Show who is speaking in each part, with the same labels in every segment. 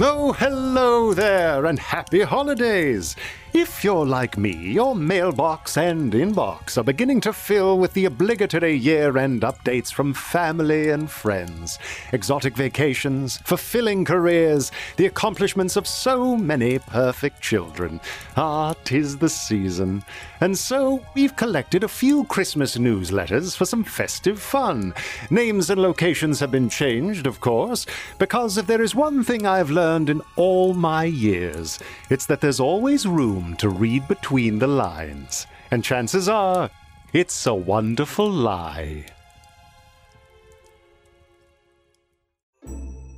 Speaker 1: Oh, hello there, and happy holidays! If you're like me, your mailbox and inbox are beginning to fill with the obligatory year end updates from family and friends. Exotic vacations, fulfilling careers, the accomplishments of so many perfect children. Ah, 'tis the season. And so we've collected a few Christmas newsletters for some festive fun. Names and locations have been changed, of course, because if there is one thing I've learned in all my years, it's that there's always room to read between the lines. And chances are, it's a wonderful lie.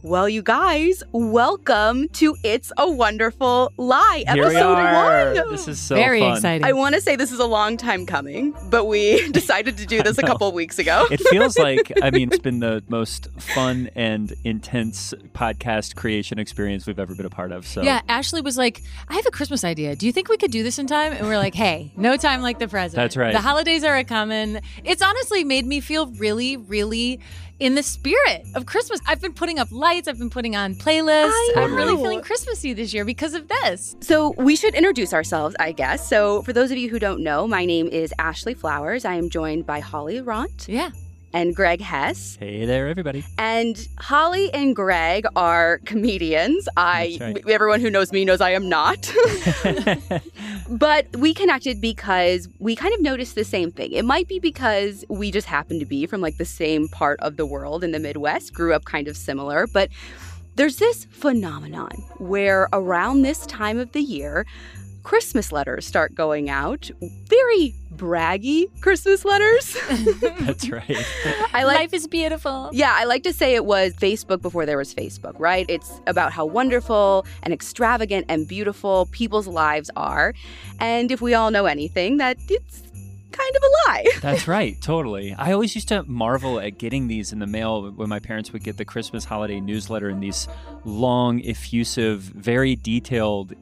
Speaker 2: Well, you guys, welcome to It's a Wonderful Lie,
Speaker 3: Here we
Speaker 2: episode
Speaker 3: are.
Speaker 2: one.
Speaker 3: This is so
Speaker 4: Very
Speaker 3: fun.
Speaker 4: exciting.
Speaker 2: I want to say this is a long time coming, but we decided to do this a
Speaker 3: know.
Speaker 2: couple weeks ago.
Speaker 3: It feels like I mean it's been the most fun and intense podcast creation experience we've ever been a part of. So
Speaker 4: yeah, Ashley was like, I have a Christmas idea. Do you think we could do this in time? And we're like, hey, no time like the present.
Speaker 3: That's right.
Speaker 4: The holidays are a coming. It's honestly made me feel really, really in the spirit of Christmas. I've been putting up lights, I've been putting on playlists.
Speaker 2: I
Speaker 4: I'm really
Speaker 2: know.
Speaker 4: feeling Christmassy this year because of this.
Speaker 2: So, we should introduce ourselves, I guess. So, for those of you who don't know, my name is Ashley Flowers. I am joined by Holly Ront
Speaker 4: Yeah.
Speaker 2: and Greg Hess.
Speaker 3: hey there, everybody.
Speaker 2: And Holly and Greg are comedians. I
Speaker 3: That's right.
Speaker 2: everyone who knows me knows I am not. But we connected because we kind of noticed the same thing. It might be because we just happen to be from like the same part of the world in the Midwest, grew up kind of similar, but there's this phenomenon where around this time of the year, Christmas letters start going out. Very braggy Christmas letters.
Speaker 3: That's right.
Speaker 2: I like
Speaker 4: Life is beautiful.
Speaker 2: yeah, I like to say it was Facebook before there was Facebook, right? It's about how wonderful and extravagant and beautiful people's lives are. And if we all know anything, that it's kind of a lie.
Speaker 3: That's right. Totally. I always used to marvel at getting these in the mail when my parents would get the Christmas holiday newsletter and these long, effusive, very detailed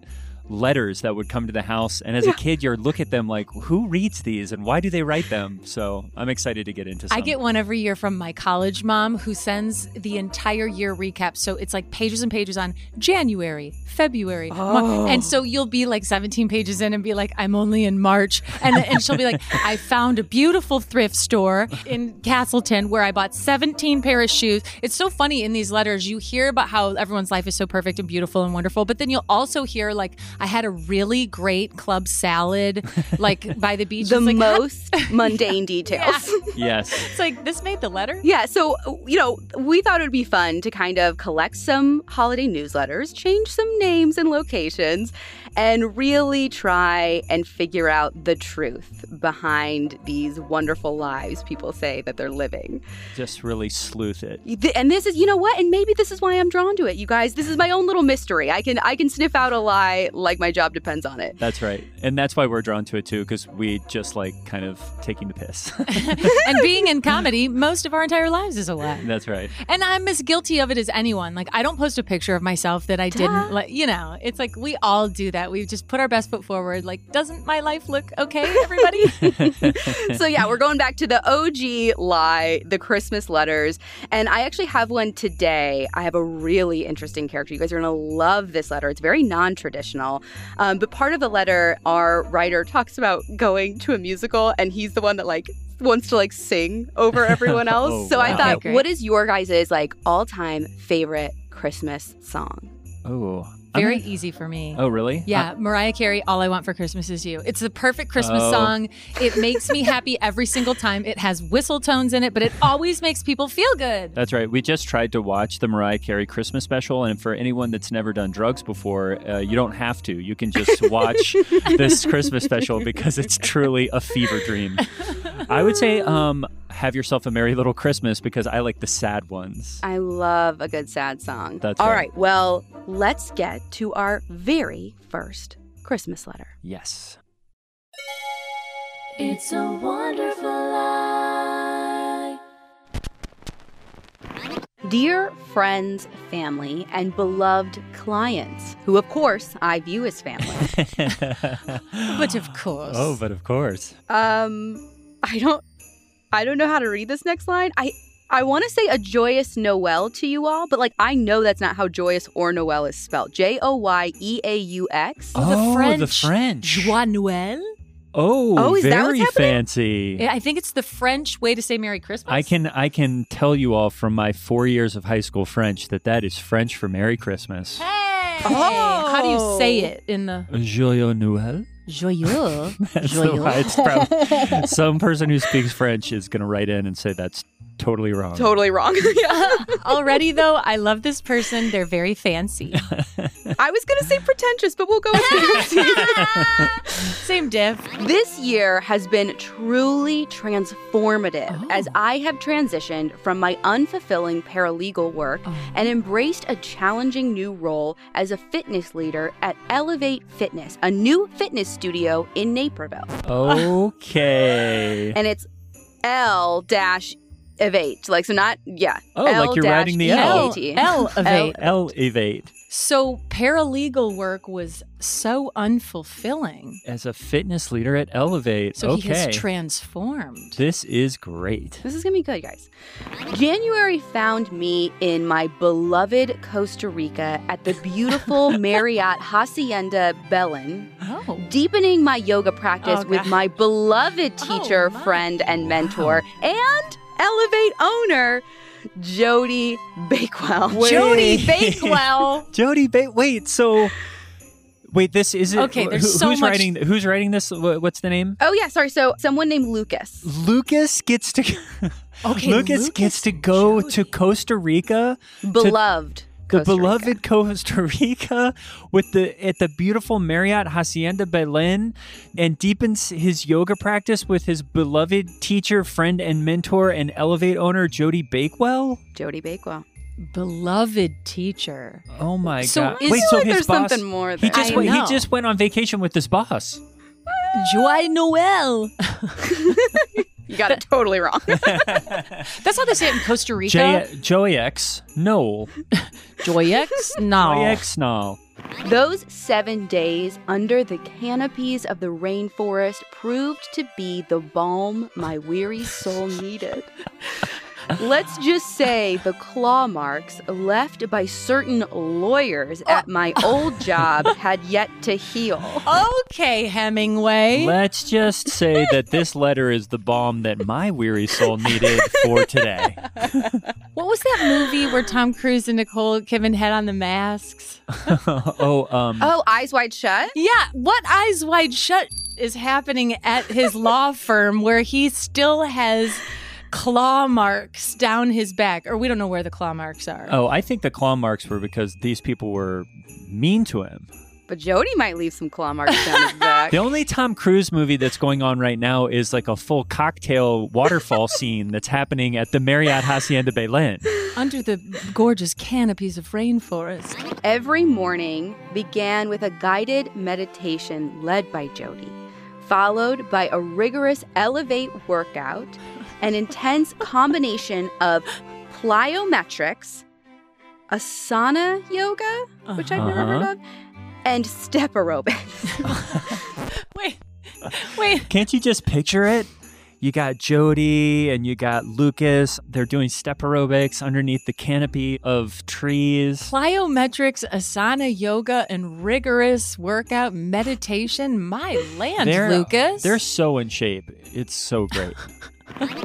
Speaker 3: letters that would come to the house. And as a kid, you'd look at them like, who reads these and why do they write them? So I'm excited to get into some.
Speaker 4: I get one every year from my college mom who sends the entire year recap. So it's like pages and pages on January, February. Mar- And so you'll be like 17 pages in and be like, I'm only in March. And, and she'll be like, I found a beautiful thrift store in Castleton where I bought 17 pair of shoes. It's so funny in these letters, you hear about how everyone's life is so perfect and beautiful and wonderful. But then you'll also hear, like, I had a really great club salad, like by the beach.
Speaker 2: The
Speaker 4: It's like, how-
Speaker 2: most mundane details. Yeah.
Speaker 3: Yes.
Speaker 4: It's like, this made the letter?
Speaker 2: so, you know, we thought it would be fun to kind of collect some holiday newsletters, change some names and locations, and really try and figure out the truth behind these wonderful lives people say that they're living.
Speaker 3: Just really sleuth it.
Speaker 2: Th- and this is you know what and maybe this is why i'm drawn to it you guys this is my own little mystery i can i can sniff out a lie like my job depends on it
Speaker 3: That's right. And that's why we're drawn to it too, because we just like kind of taking the piss.
Speaker 4: and being in comedy most of our entire lives is a lie.
Speaker 3: that's right.
Speaker 4: And I'm as guilty of it as anyone. Like I don't post a picture of myself that I didn't like you know, it's like we all do that. We just put our best foot forward. Like, doesn't my life look okay, everybody?
Speaker 2: so yeah we're going back to the og lie the christmas letters and i actually have one today i have a really interesting character you guys are going to love this letter it's very non-traditional um, but part of the letter our writer talks about going to a musical and he's the one that like wants to like sing over everyone else
Speaker 3: Oh,
Speaker 2: so i
Speaker 3: wow.
Speaker 2: thought
Speaker 4: Okay, great.
Speaker 2: what is your guys' like all-time favorite christmas song
Speaker 3: Oh. I'm
Speaker 4: Very
Speaker 3: gonna-
Speaker 4: easy for me.
Speaker 3: Oh, really?
Speaker 4: Yeah, Mariah Carey, All I Want for Christmas Is You. It's the perfect Christmas
Speaker 3: Oh.
Speaker 4: song. It makes me happy every single time. It has whistle tones in it, but it always makes people feel good.
Speaker 3: That's right. We just tried to watch the Mariah Carey Christmas special, and for anyone that's never done drugs before, uh, you don't have to. You can just watch this Christmas special because it's truly a fever dream. I would say, um, have yourself a merry little Christmas because I like the sad ones.
Speaker 2: I love a good sad song.
Speaker 3: That's
Speaker 2: All
Speaker 3: right.
Speaker 2: right. Well, let's get to our very first Christmas letter.
Speaker 3: Yes.
Speaker 5: It's a wonderful lie.
Speaker 2: Dear friends, family, and beloved clients, who of course I view as family.
Speaker 4: But of course.
Speaker 3: Oh, but of course.
Speaker 2: um, I don't, I don't know how to read this next line. I, I want to say a joyous Noel to you all, but like I know that's not how joyous or Noel is spelled. J O Y E A U X.
Speaker 4: Oh, the
Speaker 3: the
Speaker 4: French.
Speaker 3: French.
Speaker 4: Joie Noël?
Speaker 3: Oh,
Speaker 2: Oh, is that what's
Speaker 3: very
Speaker 2: happening?
Speaker 3: fancy.
Speaker 4: I think it's the French way to say Merry Christmas.
Speaker 3: I can I can tell you all from my four years of high school French that that is French for Merry Christmas.
Speaker 4: Hey! How do you say it in the
Speaker 3: Joyeux Noël.
Speaker 4: joyeux?
Speaker 3: That's the widespread. Some person who speaks French is going to write in and say that's totally wrong.
Speaker 2: Totally wrong. yeah.
Speaker 4: Already though, I love this person. They're very fancy.
Speaker 2: I was going to say pretentious, but we'll go with fancy.
Speaker 4: Same diff.
Speaker 2: This year has been truly transformative
Speaker 3: Oh.
Speaker 2: as I have transitioned from my unfulfilling paralegal work
Speaker 3: Oh.
Speaker 2: and embraced a challenging new role as a fitness leader at Elevate Fitness, a new fitness studio in Naperville.
Speaker 3: Okay.
Speaker 2: And it's L dash evate. Like, so not, yeah. E
Speaker 3: Oh, like you're writing the L.
Speaker 4: L
Speaker 2: L-E-A-T.
Speaker 4: L of eight.
Speaker 3: Elevate.
Speaker 4: So paralegal work was so unfulfilling.
Speaker 3: As a fitness leader at Elevate.
Speaker 4: So he
Speaker 3: okay.
Speaker 4: has transformed.
Speaker 3: this is great.
Speaker 2: This is gonna be good, guys. January found me in my beloved Costa Rica at the beautiful Marriott Hacienda Belen,
Speaker 4: Oh.
Speaker 2: deepening my yoga practice
Speaker 4: Oh,
Speaker 2: with
Speaker 4: God.
Speaker 2: my beloved teacher,
Speaker 4: my.
Speaker 2: friend, and mentor, and Elevate owner, Jody Bakewell.
Speaker 3: Wait.
Speaker 2: Jody Bakewell.
Speaker 3: Jody, ba- wait, so. Wait, this is it.
Speaker 4: Okay, there's
Speaker 3: who-
Speaker 4: so
Speaker 3: who's
Speaker 4: much-
Speaker 3: writing who's writing this? Wh- What's the name?
Speaker 2: oh yeah, sorry. So someone named Lucas.
Speaker 3: Lucas gets to Lucas,
Speaker 4: Okay, Lucas
Speaker 3: gets to
Speaker 4: and
Speaker 3: go
Speaker 4: Jody.
Speaker 3: to Costa Rica,
Speaker 2: Beloved. Costa
Speaker 3: the
Speaker 2: Rica.
Speaker 3: beloved Costa Rica, with the at the beautiful Marriott Hacienda Belen, and deepens his yoga practice with his beloved teacher, friend, and mentor, and Elevate owner Jody Bakewell.
Speaker 2: Jody Bakewell.
Speaker 4: beloved teacher.
Speaker 3: Oh my
Speaker 4: So
Speaker 3: god!
Speaker 4: is-
Speaker 3: Wait,
Speaker 4: I feel
Speaker 3: so
Speaker 2: like
Speaker 3: his
Speaker 2: there's
Speaker 3: boss,
Speaker 2: something more
Speaker 3: He
Speaker 2: there.
Speaker 3: just
Speaker 4: I
Speaker 3: went, he
Speaker 4: know.
Speaker 3: just went on vacation with his boss.
Speaker 4: Joy Noel.
Speaker 2: You got it totally wrong.
Speaker 4: That's how they say it in Costa Rica.
Speaker 3: J- Joey X Noel,
Speaker 4: Joyex? No.
Speaker 3: Joey X Noel.
Speaker 2: Those seven days under the canopies of the rainforest proved to be the balm my weary soul needed. Let's just say the claw marks left by certain lawyers at my old job had yet to heal.
Speaker 4: Okay, Hemingway.
Speaker 3: Let's just say that this letter is the balm that my weary soul needed for today.
Speaker 4: what was that movie where Tom Cruise and Nicole Kidman had on the masks?
Speaker 3: oh, um,
Speaker 2: Oh, eyes wide shut?
Speaker 4: Yeah, what eyes wide shut is happening at his law firm where he still has claw marks down his back, or we don't know where the claw marks are.
Speaker 3: oh, I think the claw marks were because these people were mean to him.
Speaker 2: But Jody might leave some claw marks down his back.
Speaker 3: The only Tom Cruise movie that's going on right now is like a full cocktail waterfall scene that's happening at the Marriott Hacienda Belen.
Speaker 4: Under the gorgeous canopies of rainforest.
Speaker 2: Every morning began with a guided meditation led by Jody, followed by a rigorous elevate workout, an intense combination of plyometrics, asana yoga, which I've never
Speaker 3: Uh-huh.
Speaker 2: heard of, and step aerobics.
Speaker 4: Wait, wait.
Speaker 3: Can't you just picture it? You got Jody and you got Lucas. They're doing step aerobics underneath the canopy of trees.
Speaker 4: Plyometrics, asana yoga, and rigorous workout meditation. My land,
Speaker 3: They're-
Speaker 4: Lucas.
Speaker 3: They're so in shape. It's so great.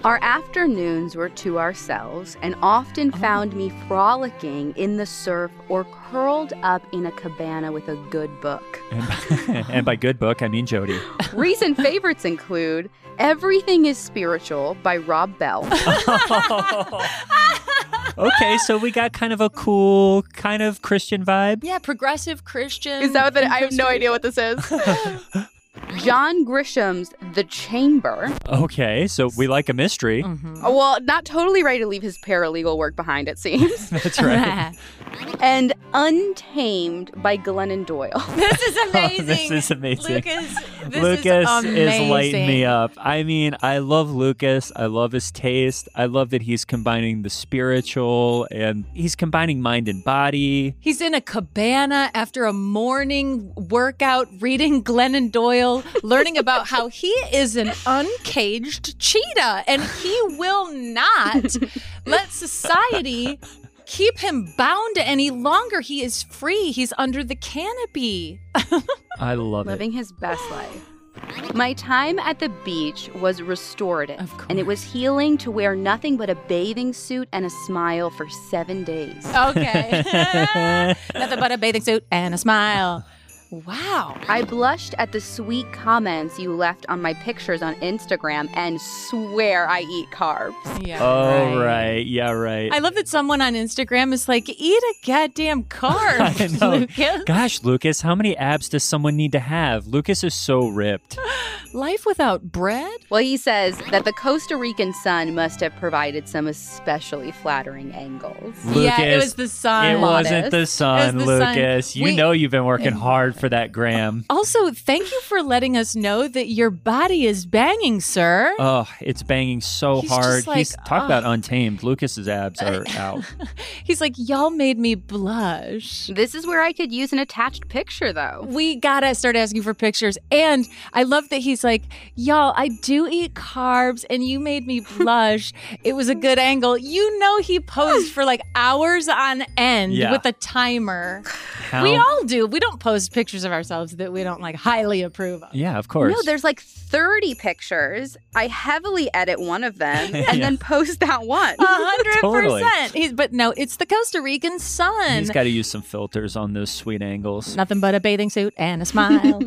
Speaker 2: our afternoons were to ourselves and often found me frolicking in the surf or curled up in a cabana with a good book.
Speaker 3: and, and by good book, I mean Jody.
Speaker 2: Recent favorites include Everything is Spiritual by Rob Bell,
Speaker 3: okay, so we got kind of a cool, kind of Christian vibe.
Speaker 4: yeah, progressive Christian.
Speaker 2: Is that what the,
Speaker 4: in
Speaker 2: I have no
Speaker 4: Costa
Speaker 2: idea what this is? John Grisham's The Chamber.
Speaker 3: Okay, so we like a mystery.
Speaker 2: Well, not totally ready to leave his paralegal work behind, it seems.
Speaker 3: That's
Speaker 4: Rica.
Speaker 3: right.
Speaker 2: and Untamed by Glennon Doyle.
Speaker 4: this is amazing.
Speaker 3: Oh, this is amazing.
Speaker 4: Lucas, this
Speaker 3: Lucas
Speaker 4: is, amazing.
Speaker 3: lighting me up. I mean, I love Lucas. I love his taste. I love that he's combining the spiritual and he's combining mind and body.
Speaker 4: He's in a cabana after a morning workout, reading Glennon Doyle, learning about how he is an uncaged cheetah and he will not let society keep him bound any longer. He is free. He's under the canopy.
Speaker 3: I love it.
Speaker 2: Living his best life. My time at the beach was restorative,
Speaker 4: Of
Speaker 2: and it was healing to wear nothing but a bathing suit and a smile for seven days.
Speaker 4: Okay. Nothing but a bathing suit and a smile. Wow.
Speaker 2: I blushed at the sweet comments you left on my pictures on Instagram and swear I eat carbs.
Speaker 4: Yeah.
Speaker 3: Oh, right. Yeah, right.
Speaker 4: I love that someone on Instagram is like, eat a goddamn
Speaker 3: I
Speaker 4: carb,
Speaker 3: know.
Speaker 4: Lucas.
Speaker 3: Gosh, Lucas, how many abs does someone need to have? Lucas is so ripped.
Speaker 4: Life without bread?
Speaker 2: Well, he says that the Costa Rican sun must have provided some especially flattering angles.
Speaker 3: Lucas,
Speaker 4: yeah, it was the sun.
Speaker 3: It wasn't the
Speaker 2: modest.
Speaker 3: sun,
Speaker 4: It was the sun.
Speaker 3: Lucas. You
Speaker 4: We-
Speaker 3: know you've been working hard for that gram.
Speaker 4: Also, thank you for letting us know that your body is banging, sir.
Speaker 3: Oh, it's banging so
Speaker 4: He's just
Speaker 3: hard.
Speaker 4: like,
Speaker 3: He's talk
Speaker 4: "Ugh."
Speaker 3: about untamed. Lucas's abs are out.
Speaker 4: He's like, y'all made me blush.
Speaker 2: This is where I could use an attached picture, though.
Speaker 4: We gotta start asking for pictures. And I love that he's like, y'all, I do eat carbs and you made me blush. it was a good angle. You know, he posed for like hours on end
Speaker 3: Yeah.
Speaker 4: with a timer.
Speaker 3: How-
Speaker 4: We all do. We don't post pictures of ourselves that we don't like highly approve of.
Speaker 3: yeah, of course.
Speaker 2: No, there's like 30 pictures. I heavily edit one of them and
Speaker 3: Yeah.
Speaker 2: then post that one.
Speaker 4: A hundred
Speaker 3: Totally.
Speaker 4: percent. He's but no, it's the Costa Rican sun.
Speaker 3: He's got to use some filters on those sweet angles.
Speaker 4: Nothing but a bathing suit and a smile.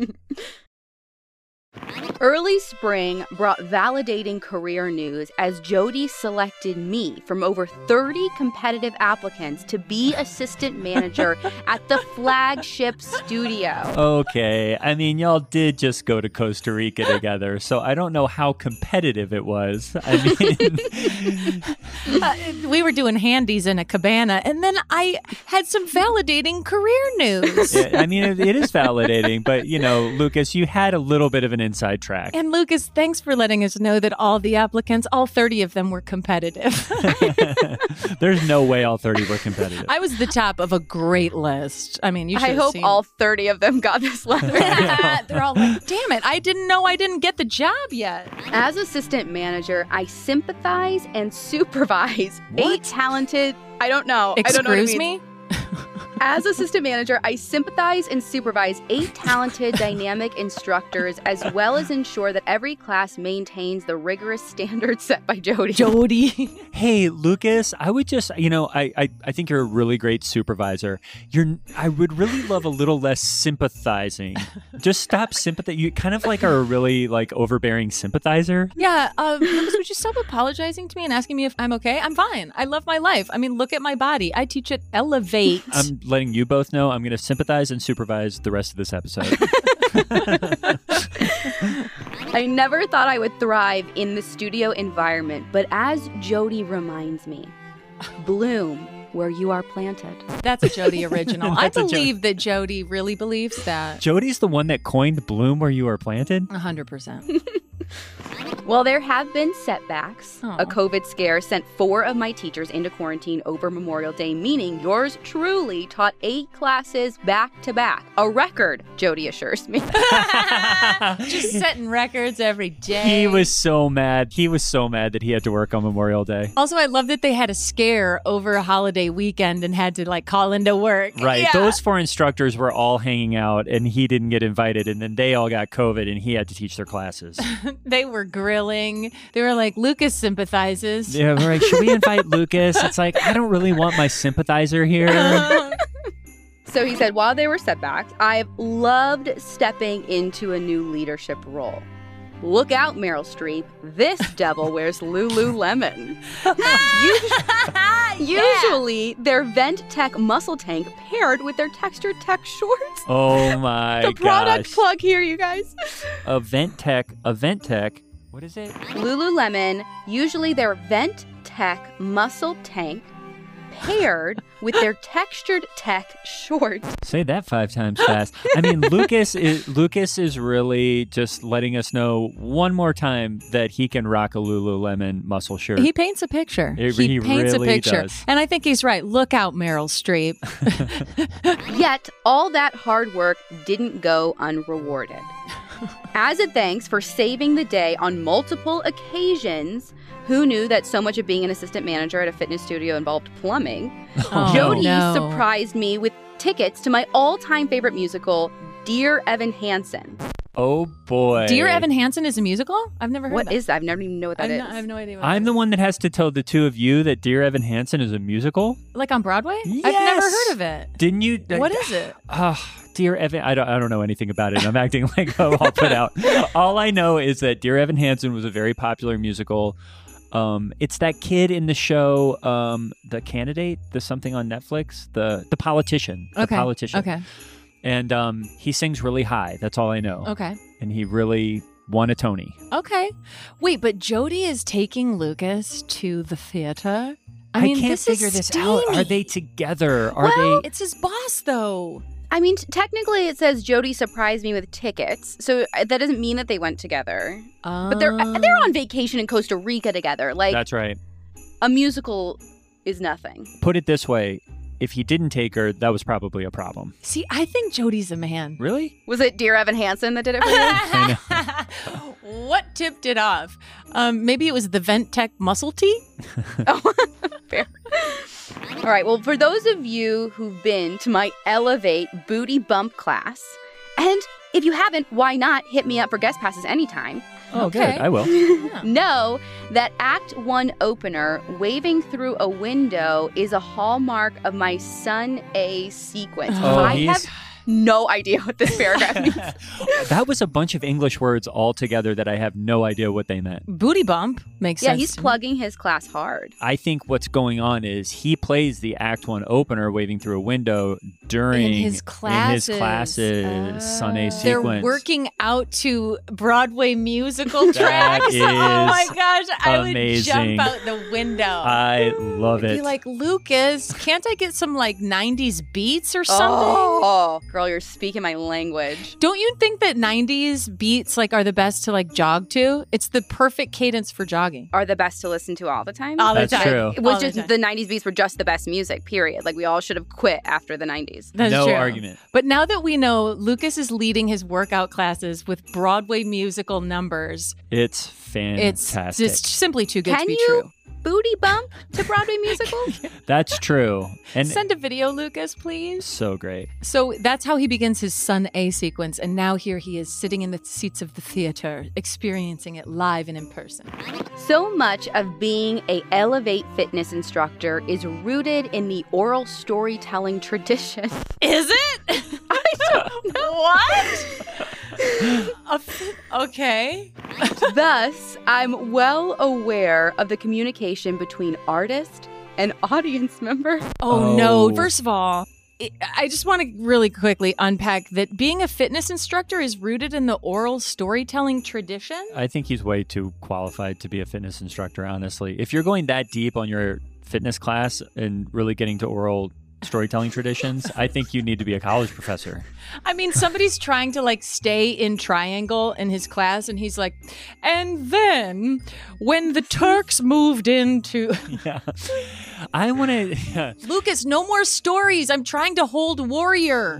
Speaker 2: Early spring brought validating career news as Jody selected me from over 30 competitive applicants to be assistant manager at the flagship studio.
Speaker 3: Okay, I mean, y'all did just go to Costa Rica together, so I don't know how competitive it was. I mean,
Speaker 4: Uh, we were doing handies in a cabana, and then I had some validating career news.
Speaker 3: Yeah, I mean, it, it is validating, but you know, Lucas, you had a little bit of an inside track.
Speaker 4: And Lucas, thanks for letting us know that all the applicants, all 30 of them were competitive.
Speaker 3: There's no way all 30 were competitive.
Speaker 4: I was the top of a great list. I mean, you should
Speaker 2: I hope
Speaker 4: seen.
Speaker 2: all 30 of them got this letter.
Speaker 4: They're all like, damn it, I didn't know I didn't get the job yet.
Speaker 2: As assistant manager, I sympathize and supervise eight talented. I don't know. I don't know what it
Speaker 4: Excuse
Speaker 2: means.
Speaker 4: me?
Speaker 2: As assistant manager, I sympathize and supervise eight talented, dynamic instructors, as well as ensure that every class maintains the rigorous standards set by Jody.
Speaker 4: Jody.
Speaker 3: hey, Lucas, I would just, you know, I, I, I think you're a really great supervisor. You're, I would really love a little less sympathizing. Just stop sympathy. You kind of like are a really like overbearing sympathizer.
Speaker 4: Yeah, um, Lucas, would you stop apologizing to me and asking me if I'm okay? I'm fine. I love my life. I mean, look at my body. I teach it elevate.
Speaker 3: I'm letting you both know I'm going to sympathize and supervise the rest of this episode.
Speaker 2: I never thought I would thrive in the studio environment, but as Jody reminds me, bloom where you are planted.
Speaker 4: That's a Jody original. I
Speaker 3: That's a Jody.
Speaker 4: believe that Jody really believes that.
Speaker 3: Jody's the one that coined bloom where you are planted.
Speaker 4: 100%.
Speaker 2: Well, there have been setbacks.
Speaker 4: Aw.
Speaker 2: A COVID scare sent four of my teachers into quarantine over Memorial Day, meaning yours truly taught eight classes back to back. A record, Jody assures me.
Speaker 4: Ah, Just setting records every day.
Speaker 3: He was so mad. He was so mad that he had to work on Memorial Day.
Speaker 4: Also, I love that they had a scare over a holiday weekend and had to like call into work.
Speaker 3: Right.
Speaker 4: Yeah.
Speaker 3: Those four instructors were all hanging out and he didn't get invited and then they all got COVID and he had to teach their classes.
Speaker 4: They were grilling. They were like, Lucas sympathizes.
Speaker 3: yeah, we're like, should we invite Lucas? It's like, I don't really want my sympathizer here.
Speaker 2: So he said, while there were setbacks, I've loved stepping into a new leadership role. Look out, Meryl Streep. This devil wears Lululemon. Us- Usually, their Vent Tech muscle tank paired with their Texture Tech shorts.
Speaker 3: Oh my
Speaker 2: the product
Speaker 3: gosh.
Speaker 2: plug here, you guys.
Speaker 3: Event Tech, Event Tech. What is it?
Speaker 2: Lululemon, usually their Vent Tech muscle tank paired with their Textured Tech shorts.
Speaker 3: Say that five times fast. I mean, Lucas is Lucas is really just letting us know one more time that he can rock a Lululemon muscle shirt.
Speaker 4: He paints a picture.
Speaker 3: He- he
Speaker 4: paints
Speaker 3: really
Speaker 4: a picture.
Speaker 3: does.
Speaker 4: And I think he's right. Look out, Meryl Streep.
Speaker 2: Yet, all that hard work didn't go unrewarded. As a thanks for saving the day on multiple occasions, who knew that so much of being an assistant manager at a fitness studio involved plumbing?
Speaker 4: Oh,
Speaker 2: Jody
Speaker 4: no.
Speaker 2: surprised me with tickets to my all time favorite musical, Dear Evan Hansen.
Speaker 3: Oh boy.
Speaker 4: Dear Evan Hansen is a musical? I've never heard
Speaker 2: What
Speaker 4: that.
Speaker 2: is that? I've never even know what that
Speaker 4: I'm
Speaker 2: is.
Speaker 4: not- I have no idea. What
Speaker 3: I'm
Speaker 4: that
Speaker 3: the
Speaker 4: is.
Speaker 3: one that has to tell the two of you that Dear Evan Hansen is a musical.
Speaker 4: like on Broadway. I've never
Speaker 3: Yes.
Speaker 4: heard of it.
Speaker 3: Didn't you?
Speaker 4: What is it?
Speaker 3: Ah, Dear Evan, I don't, I don't know anything about it. I'm acting like I'm all put out. All I know is that Dear Evan Hansen was a very popular musical. Um, it's that kid in the show, um, the candidate, the something on Netflix, the the politician, the
Speaker 4: okay.
Speaker 3: politician,
Speaker 4: Okay.
Speaker 3: and um, he sings really high. That's all I know.
Speaker 4: Okay.
Speaker 3: And he really won a Tony.
Speaker 4: Okay. Wait, but Jody is taking Lucas to the theater. I, mean,
Speaker 3: can't
Speaker 4: this
Speaker 3: figure
Speaker 4: is
Speaker 3: this
Speaker 4: steamy.
Speaker 3: out. Are they together? Are
Speaker 4: well,
Speaker 3: they?
Speaker 4: it's his boss, though.
Speaker 2: I mean, t- technically it says Jody surprised me with tickets, so uh, that doesn't mean that they went together. But they're uh, they're
Speaker 4: Oh.
Speaker 2: on vacation in Costa Rica together. Like
Speaker 3: That's right.
Speaker 2: a musical is nothing.
Speaker 3: Put it this way: if he didn't take her, that was probably a problem.
Speaker 4: See, I think Jody's a man.
Speaker 3: Really?
Speaker 2: Was it Dear Evan Hansen that did it for you?
Speaker 4: what tipped it off? Um, maybe it was the Ventec muscle tee.
Speaker 2: Oh, fair. All right. Well, for those of you who've been to my Elevate Booty Bump class, and if you haven't, why not hit me up for guest passes anytime?
Speaker 3: Oh,
Speaker 4: Okay.
Speaker 3: good. I will.
Speaker 2: Know that Act One opener, Waving Through a Window, is a hallmark of my Sun A sequence.
Speaker 4: Oh,
Speaker 2: I
Speaker 3: he's-
Speaker 2: have no idea what this paragraph means.
Speaker 3: that was a bunch of English words all together that I have no idea what they meant.
Speaker 4: Booty bump makes
Speaker 2: yeah,
Speaker 4: sense.
Speaker 2: he's
Speaker 4: to me.
Speaker 2: plugging his class hard.
Speaker 3: I think what's going on is he plays the Act One opener waving through a window during
Speaker 4: In his classes.
Speaker 3: in his classes Sunday
Speaker 4: Oh. They're
Speaker 3: sequence.
Speaker 4: working out to Broadway musical
Speaker 3: That
Speaker 4: tracks. oh my
Speaker 3: is
Speaker 4: gosh, I would
Speaker 3: amazing.
Speaker 4: jump out the window.
Speaker 3: I love
Speaker 4: Be
Speaker 3: it.
Speaker 4: like, Lucas, can't I get some like 90s beats or something?
Speaker 2: Oh, girl, you're speaking my language.
Speaker 4: Don't you think that 90s beats like are the best to like jog to? It's the perfect cadence for jogging.
Speaker 2: Are the best to listen to all the time.
Speaker 4: All the
Speaker 3: That's
Speaker 4: time.
Speaker 3: true.
Speaker 2: It was
Speaker 4: All the
Speaker 2: just
Speaker 4: time.
Speaker 2: the, 90s beats were just the best music, period. Like we all should have quit after the 90s.
Speaker 4: That's
Speaker 3: no
Speaker 4: true.
Speaker 3: argument.
Speaker 4: But now that we know Lucas is leading his workout classes with Broadway musical numbers,
Speaker 3: It's fantastic.
Speaker 4: it's just simply too good to
Speaker 2: Can
Speaker 4: be
Speaker 2: you
Speaker 4: true.
Speaker 2: booty bump to Broadway musicals?
Speaker 3: That's true. And
Speaker 4: Send a video, Lucas, please.
Speaker 3: so great.
Speaker 4: So that's how he begins his Son A sequence, and now here he is sitting in the seats of the theater, experiencing it live and in person.
Speaker 2: so much of being a Elevate fitness instructor is rooted in the oral storytelling tradition.
Speaker 4: Is it? I don't know. what? A f- okay.
Speaker 2: Thus, I'm well aware of the communication between artist and audience member.
Speaker 4: Oh, no.
Speaker 3: Oh.
Speaker 4: First of all, I- I just want to really quickly unpack that being a fitness instructor is rooted in the oral storytelling tradition.
Speaker 3: I think he's way too qualified to be a fitness instructor, honestly. If you're going that deep on your fitness class and really getting to oral storytelling traditions, I think you need to be a college professor.
Speaker 4: I mean, somebody's trying to like stay in triangle in his class, and he's like, and then when the Turks moved into
Speaker 3: Yeah. I want to
Speaker 4: Lucas, no more stories. I'm trying to hold warrior.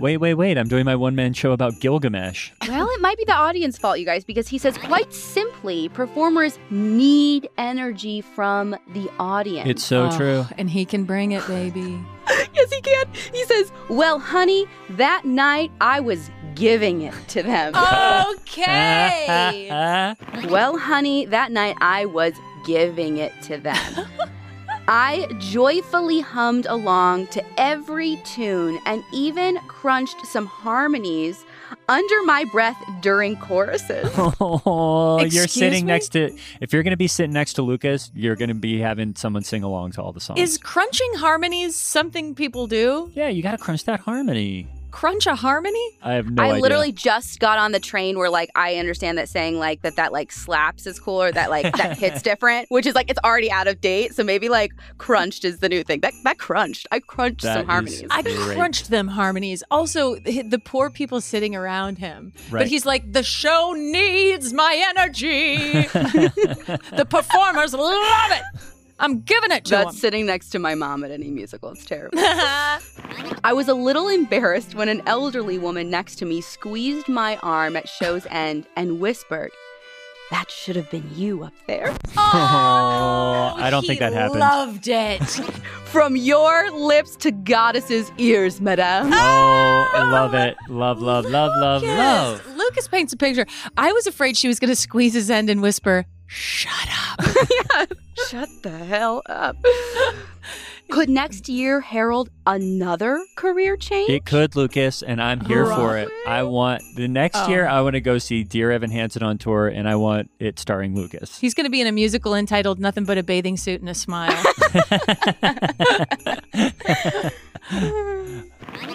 Speaker 3: wait, wait, wait. I'm doing my one man show about Gilgamesh.
Speaker 2: Well, it might be the audience fault, you guys, because he says quite simply, performers need energy from the audience.
Speaker 3: It's so
Speaker 4: Oh,
Speaker 3: true.
Speaker 4: And he can bring it, baby.
Speaker 2: Yes, he can. He says, Well, honey, that night I was giving it to them.
Speaker 4: Oh. okay.
Speaker 2: well, honey, that night I was giving it to them. I joyfully hummed along to every tune and even crunched some harmonies under my breath during choruses.
Speaker 3: oh, you're
Speaker 4: Excuse
Speaker 3: sitting
Speaker 4: me?
Speaker 3: next to. If you're going to be sitting next to Lucas, you're going to be having someone sing along to all the songs.
Speaker 4: Is crunching harmonies something people do?
Speaker 3: yeah, you got to crunch that harmony.
Speaker 4: Crunch a harmony?
Speaker 3: I have no
Speaker 2: I
Speaker 3: idea.
Speaker 2: literally just got on the train where like I understand that saying like that that like slaps is cool or that like that hits different, which is like it's already out of date. So maybe like crunched is the new thing. That that crunched. I crunched
Speaker 3: That
Speaker 2: some
Speaker 3: is-
Speaker 2: harmonies.
Speaker 4: I
Speaker 3: Great.
Speaker 4: crunched them harmonies. Also, h- the poor people sitting around him.
Speaker 3: Right.
Speaker 4: But he's like, the show needs my energy. the performers love it. I'm giving it to
Speaker 2: That's
Speaker 4: him.
Speaker 2: sitting next to my mom at any musical. It's terrible. I was a little embarrassed when an elderly woman next to me squeezed my arm at show's end and whispered, That should have been you up there.
Speaker 3: Oh, I don't think that happened.
Speaker 4: Loved it.
Speaker 2: From your lips to goddess's ears, madame.
Speaker 3: oh, I love it. Love, love, love, love,
Speaker 4: Yes.
Speaker 3: love.
Speaker 4: Lucas paints a picture. I was afraid she was going to squeeze his end and whisper, "Shut up."
Speaker 2: Shut the hell up. Could next year herald another career change?
Speaker 3: It could, Lucas, and I'm here for it. I want the next
Speaker 4: Oh.
Speaker 3: year. I want to go see Dear Evan Hansen on tour, and I want it starring Lucas.
Speaker 4: He's going to be in a musical entitled "Nothing But a Bathing Suit and a Smile."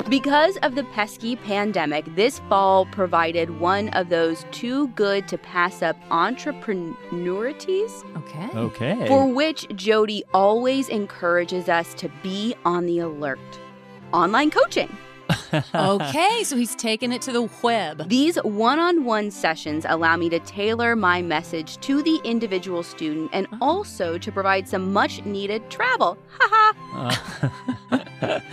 Speaker 2: Because of the pesky pandemic, this fall provided one of those too good to pass up entrepreneurities
Speaker 4: okay.
Speaker 3: Okay.
Speaker 2: for which Jody always encourages us to be on the alert. Online coaching.
Speaker 3: Oh.
Speaker 4: Okay, so he's taking it to the web.
Speaker 2: These one on one sessions allow me to tailor my message to the individual student and also to provide some much needed travel. Haha.
Speaker 3: Uh,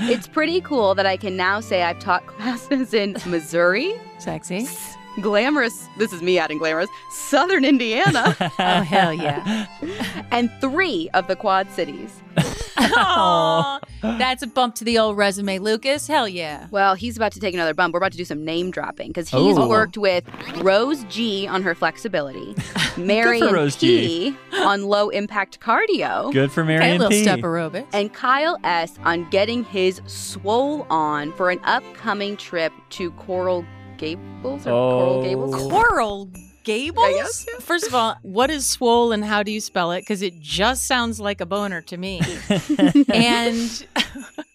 Speaker 2: It's pretty cool that I can now say I've taught classes in Missouri,
Speaker 4: Sexy.
Speaker 2: glamorous, this is me adding glamorous, southern Indiana,
Speaker 4: Oh hell yeah.
Speaker 2: and three of the Quad Cities.
Speaker 4: Aw, That's a bump to the old resume, Lucas. Hell yeah.
Speaker 2: Well, he's about to take another bump. We're about to do some name dropping because he's
Speaker 3: Ooh.
Speaker 2: worked with Rose G on her flexibility,
Speaker 3: Good for
Speaker 2: Marion
Speaker 3: Rose G.
Speaker 2: P on low impact cardio,
Speaker 3: Good for
Speaker 4: Oh, Okay, a
Speaker 3: Marion
Speaker 4: little
Speaker 3: P.
Speaker 4: step aerobics.
Speaker 2: and Kyle S on getting his swole on for an upcoming trip to Coral Gables or Coral
Speaker 3: Oh.
Speaker 2: Gables.
Speaker 4: Coral
Speaker 2: I
Speaker 4: Gables?
Speaker 2: guess,
Speaker 4: First of all, what is swole and how do you spell it? Because it just sounds like a boner to me. and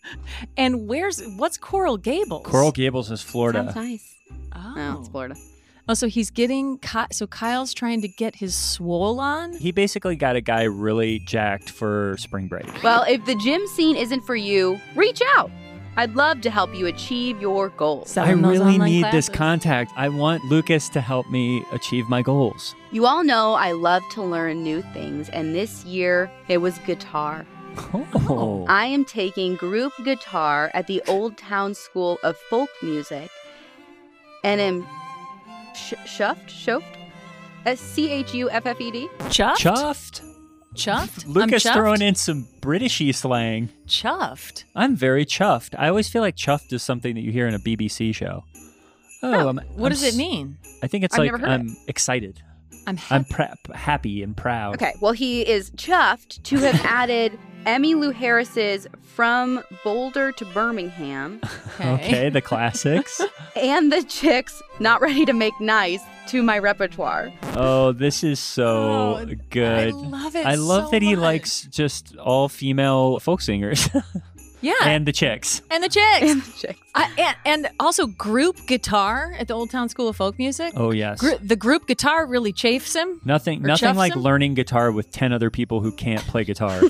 Speaker 4: and where's what's Coral Gables?
Speaker 3: Coral Gables is Florida.
Speaker 2: Sounds nice. Oh, it's
Speaker 4: Oh.
Speaker 2: Florida.
Speaker 4: oh, so he's getting Ky- so Kyle's trying to get his swole on.
Speaker 3: He basically got a guy really jacked for spring break.
Speaker 2: Well, if the gym scene isn't for you, reach out. I'd love to help you achieve your goals.
Speaker 4: Selling
Speaker 3: I
Speaker 4: those
Speaker 3: really
Speaker 4: online
Speaker 3: need this
Speaker 4: classes.
Speaker 3: contact. I want Lucas to help me achieve my goals.
Speaker 2: You all know I love to learn new things, and this year it was guitar.
Speaker 3: Oh.
Speaker 2: I am taking group guitar at the Old Town School of Folk Music and am sh- shuffed, shuffed, S C H U F F E D.
Speaker 4: Chuffed?
Speaker 3: Chuffed.
Speaker 4: chuffed? I'm
Speaker 3: Lucas
Speaker 4: chuffed?
Speaker 3: throwing in some Britishy slang.
Speaker 4: Chuffed.
Speaker 3: I'm very chuffed. I always feel like chuffed is something that you hear in a BBC show. Oh, I'm,
Speaker 4: What
Speaker 3: I'm
Speaker 4: does it
Speaker 3: s-
Speaker 4: mean?
Speaker 3: I think it's
Speaker 2: I've
Speaker 3: like
Speaker 2: never heard
Speaker 3: I'm excited.
Speaker 4: I'm
Speaker 3: I'm
Speaker 4: happy.
Speaker 3: prep, happy and proud.
Speaker 2: Okay, well, he is chuffed to have added Emmy Lou Harris's From Boulder to Birmingham
Speaker 3: Okay, the classics.
Speaker 2: and the Chicks Not Ready to Make Nice to my repertoire.
Speaker 3: oh, this is so
Speaker 4: Oh,
Speaker 3: good.
Speaker 4: I love it
Speaker 3: I love
Speaker 4: so
Speaker 3: that he
Speaker 4: much.
Speaker 3: likes just all female folk singers
Speaker 4: Yeah. And,
Speaker 3: and the chicks.
Speaker 4: the chicks.
Speaker 2: And the Chicks.
Speaker 4: I, and, and also group guitar at the Old Town School of Folk Music.
Speaker 3: Oh yes.
Speaker 4: Gru- the group guitar really chafes him.
Speaker 3: Nothing
Speaker 4: Or
Speaker 3: nothing
Speaker 4: chuffs
Speaker 3: like
Speaker 4: him?
Speaker 3: learning guitar with 10 other people who can't play guitar.
Speaker 4: Oh,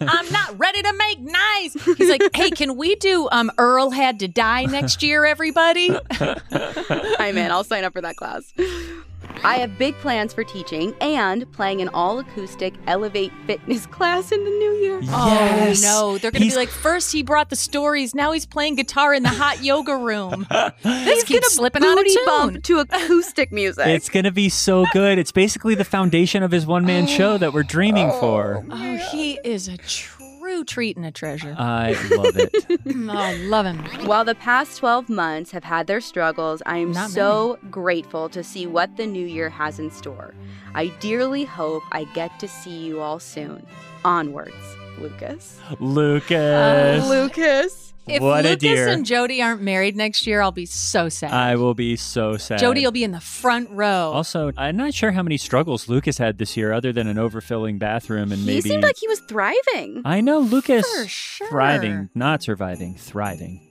Speaker 4: I'm not ready to make nice. He's like, hey, can we do um, Earl Had to Die next year, everybody?
Speaker 3: Uh,
Speaker 2: I'm in. I'll sign up for that class. I have big plans for teaching and playing an all acoustic Elevate Fitness class in the new year.
Speaker 3: yes.
Speaker 4: Oh, no. They're going to
Speaker 3: He's-
Speaker 4: be like, first he brought the stories, now he's playing guitar in the hot yoga room. This keeps slipping out of
Speaker 2: Booty
Speaker 4: tune.
Speaker 2: bump to acoustic music.
Speaker 3: It's going to be so good. It's basically the foundation of his one-man show that we're dreaming for.
Speaker 4: Oh, he is a true treat and a treasure.
Speaker 3: I love it.
Speaker 4: Mm, oh, love him.
Speaker 2: While the past 12 months have had their struggles, I am
Speaker 4: Not
Speaker 2: so grateful to see what the new year has in store. I dearly hope I get to see you all soon. Onwards, Lucas.
Speaker 4: Uh,
Speaker 3: Lucas.
Speaker 2: Lucas.
Speaker 4: If
Speaker 3: What a
Speaker 4: Lucas
Speaker 3: dear.
Speaker 4: and Jody aren't married next year, I'll be so sad.
Speaker 3: I will be so sad.
Speaker 4: Jody will be in the front row.
Speaker 3: Also, I'm not sure how many struggles Lucas had this year other than an overfilling bathroom and
Speaker 2: He
Speaker 3: maybe
Speaker 2: seemed like he was thriving.
Speaker 3: I know Lucas
Speaker 4: For sure.
Speaker 3: thriving, not surviving, thriving.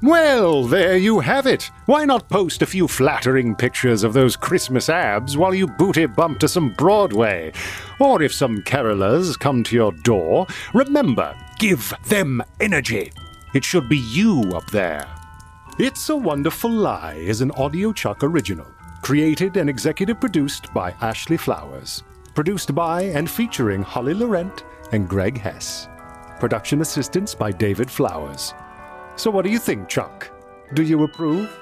Speaker 1: Well, there you have it. Why not post a few flattering pictures of those Christmas abs while you booty bump to some Broadway? Or if some carolers come to your door, remember, give them energy. It should be you up there. It's a Wonderful Lie is an Audio Chuck original, created and executive produced by Ashley Flowers. Produced by and featuring Holly Laurent and Greg Hess. Production assistance by David Flowers. So, what do you think, Chuck? Do you approve?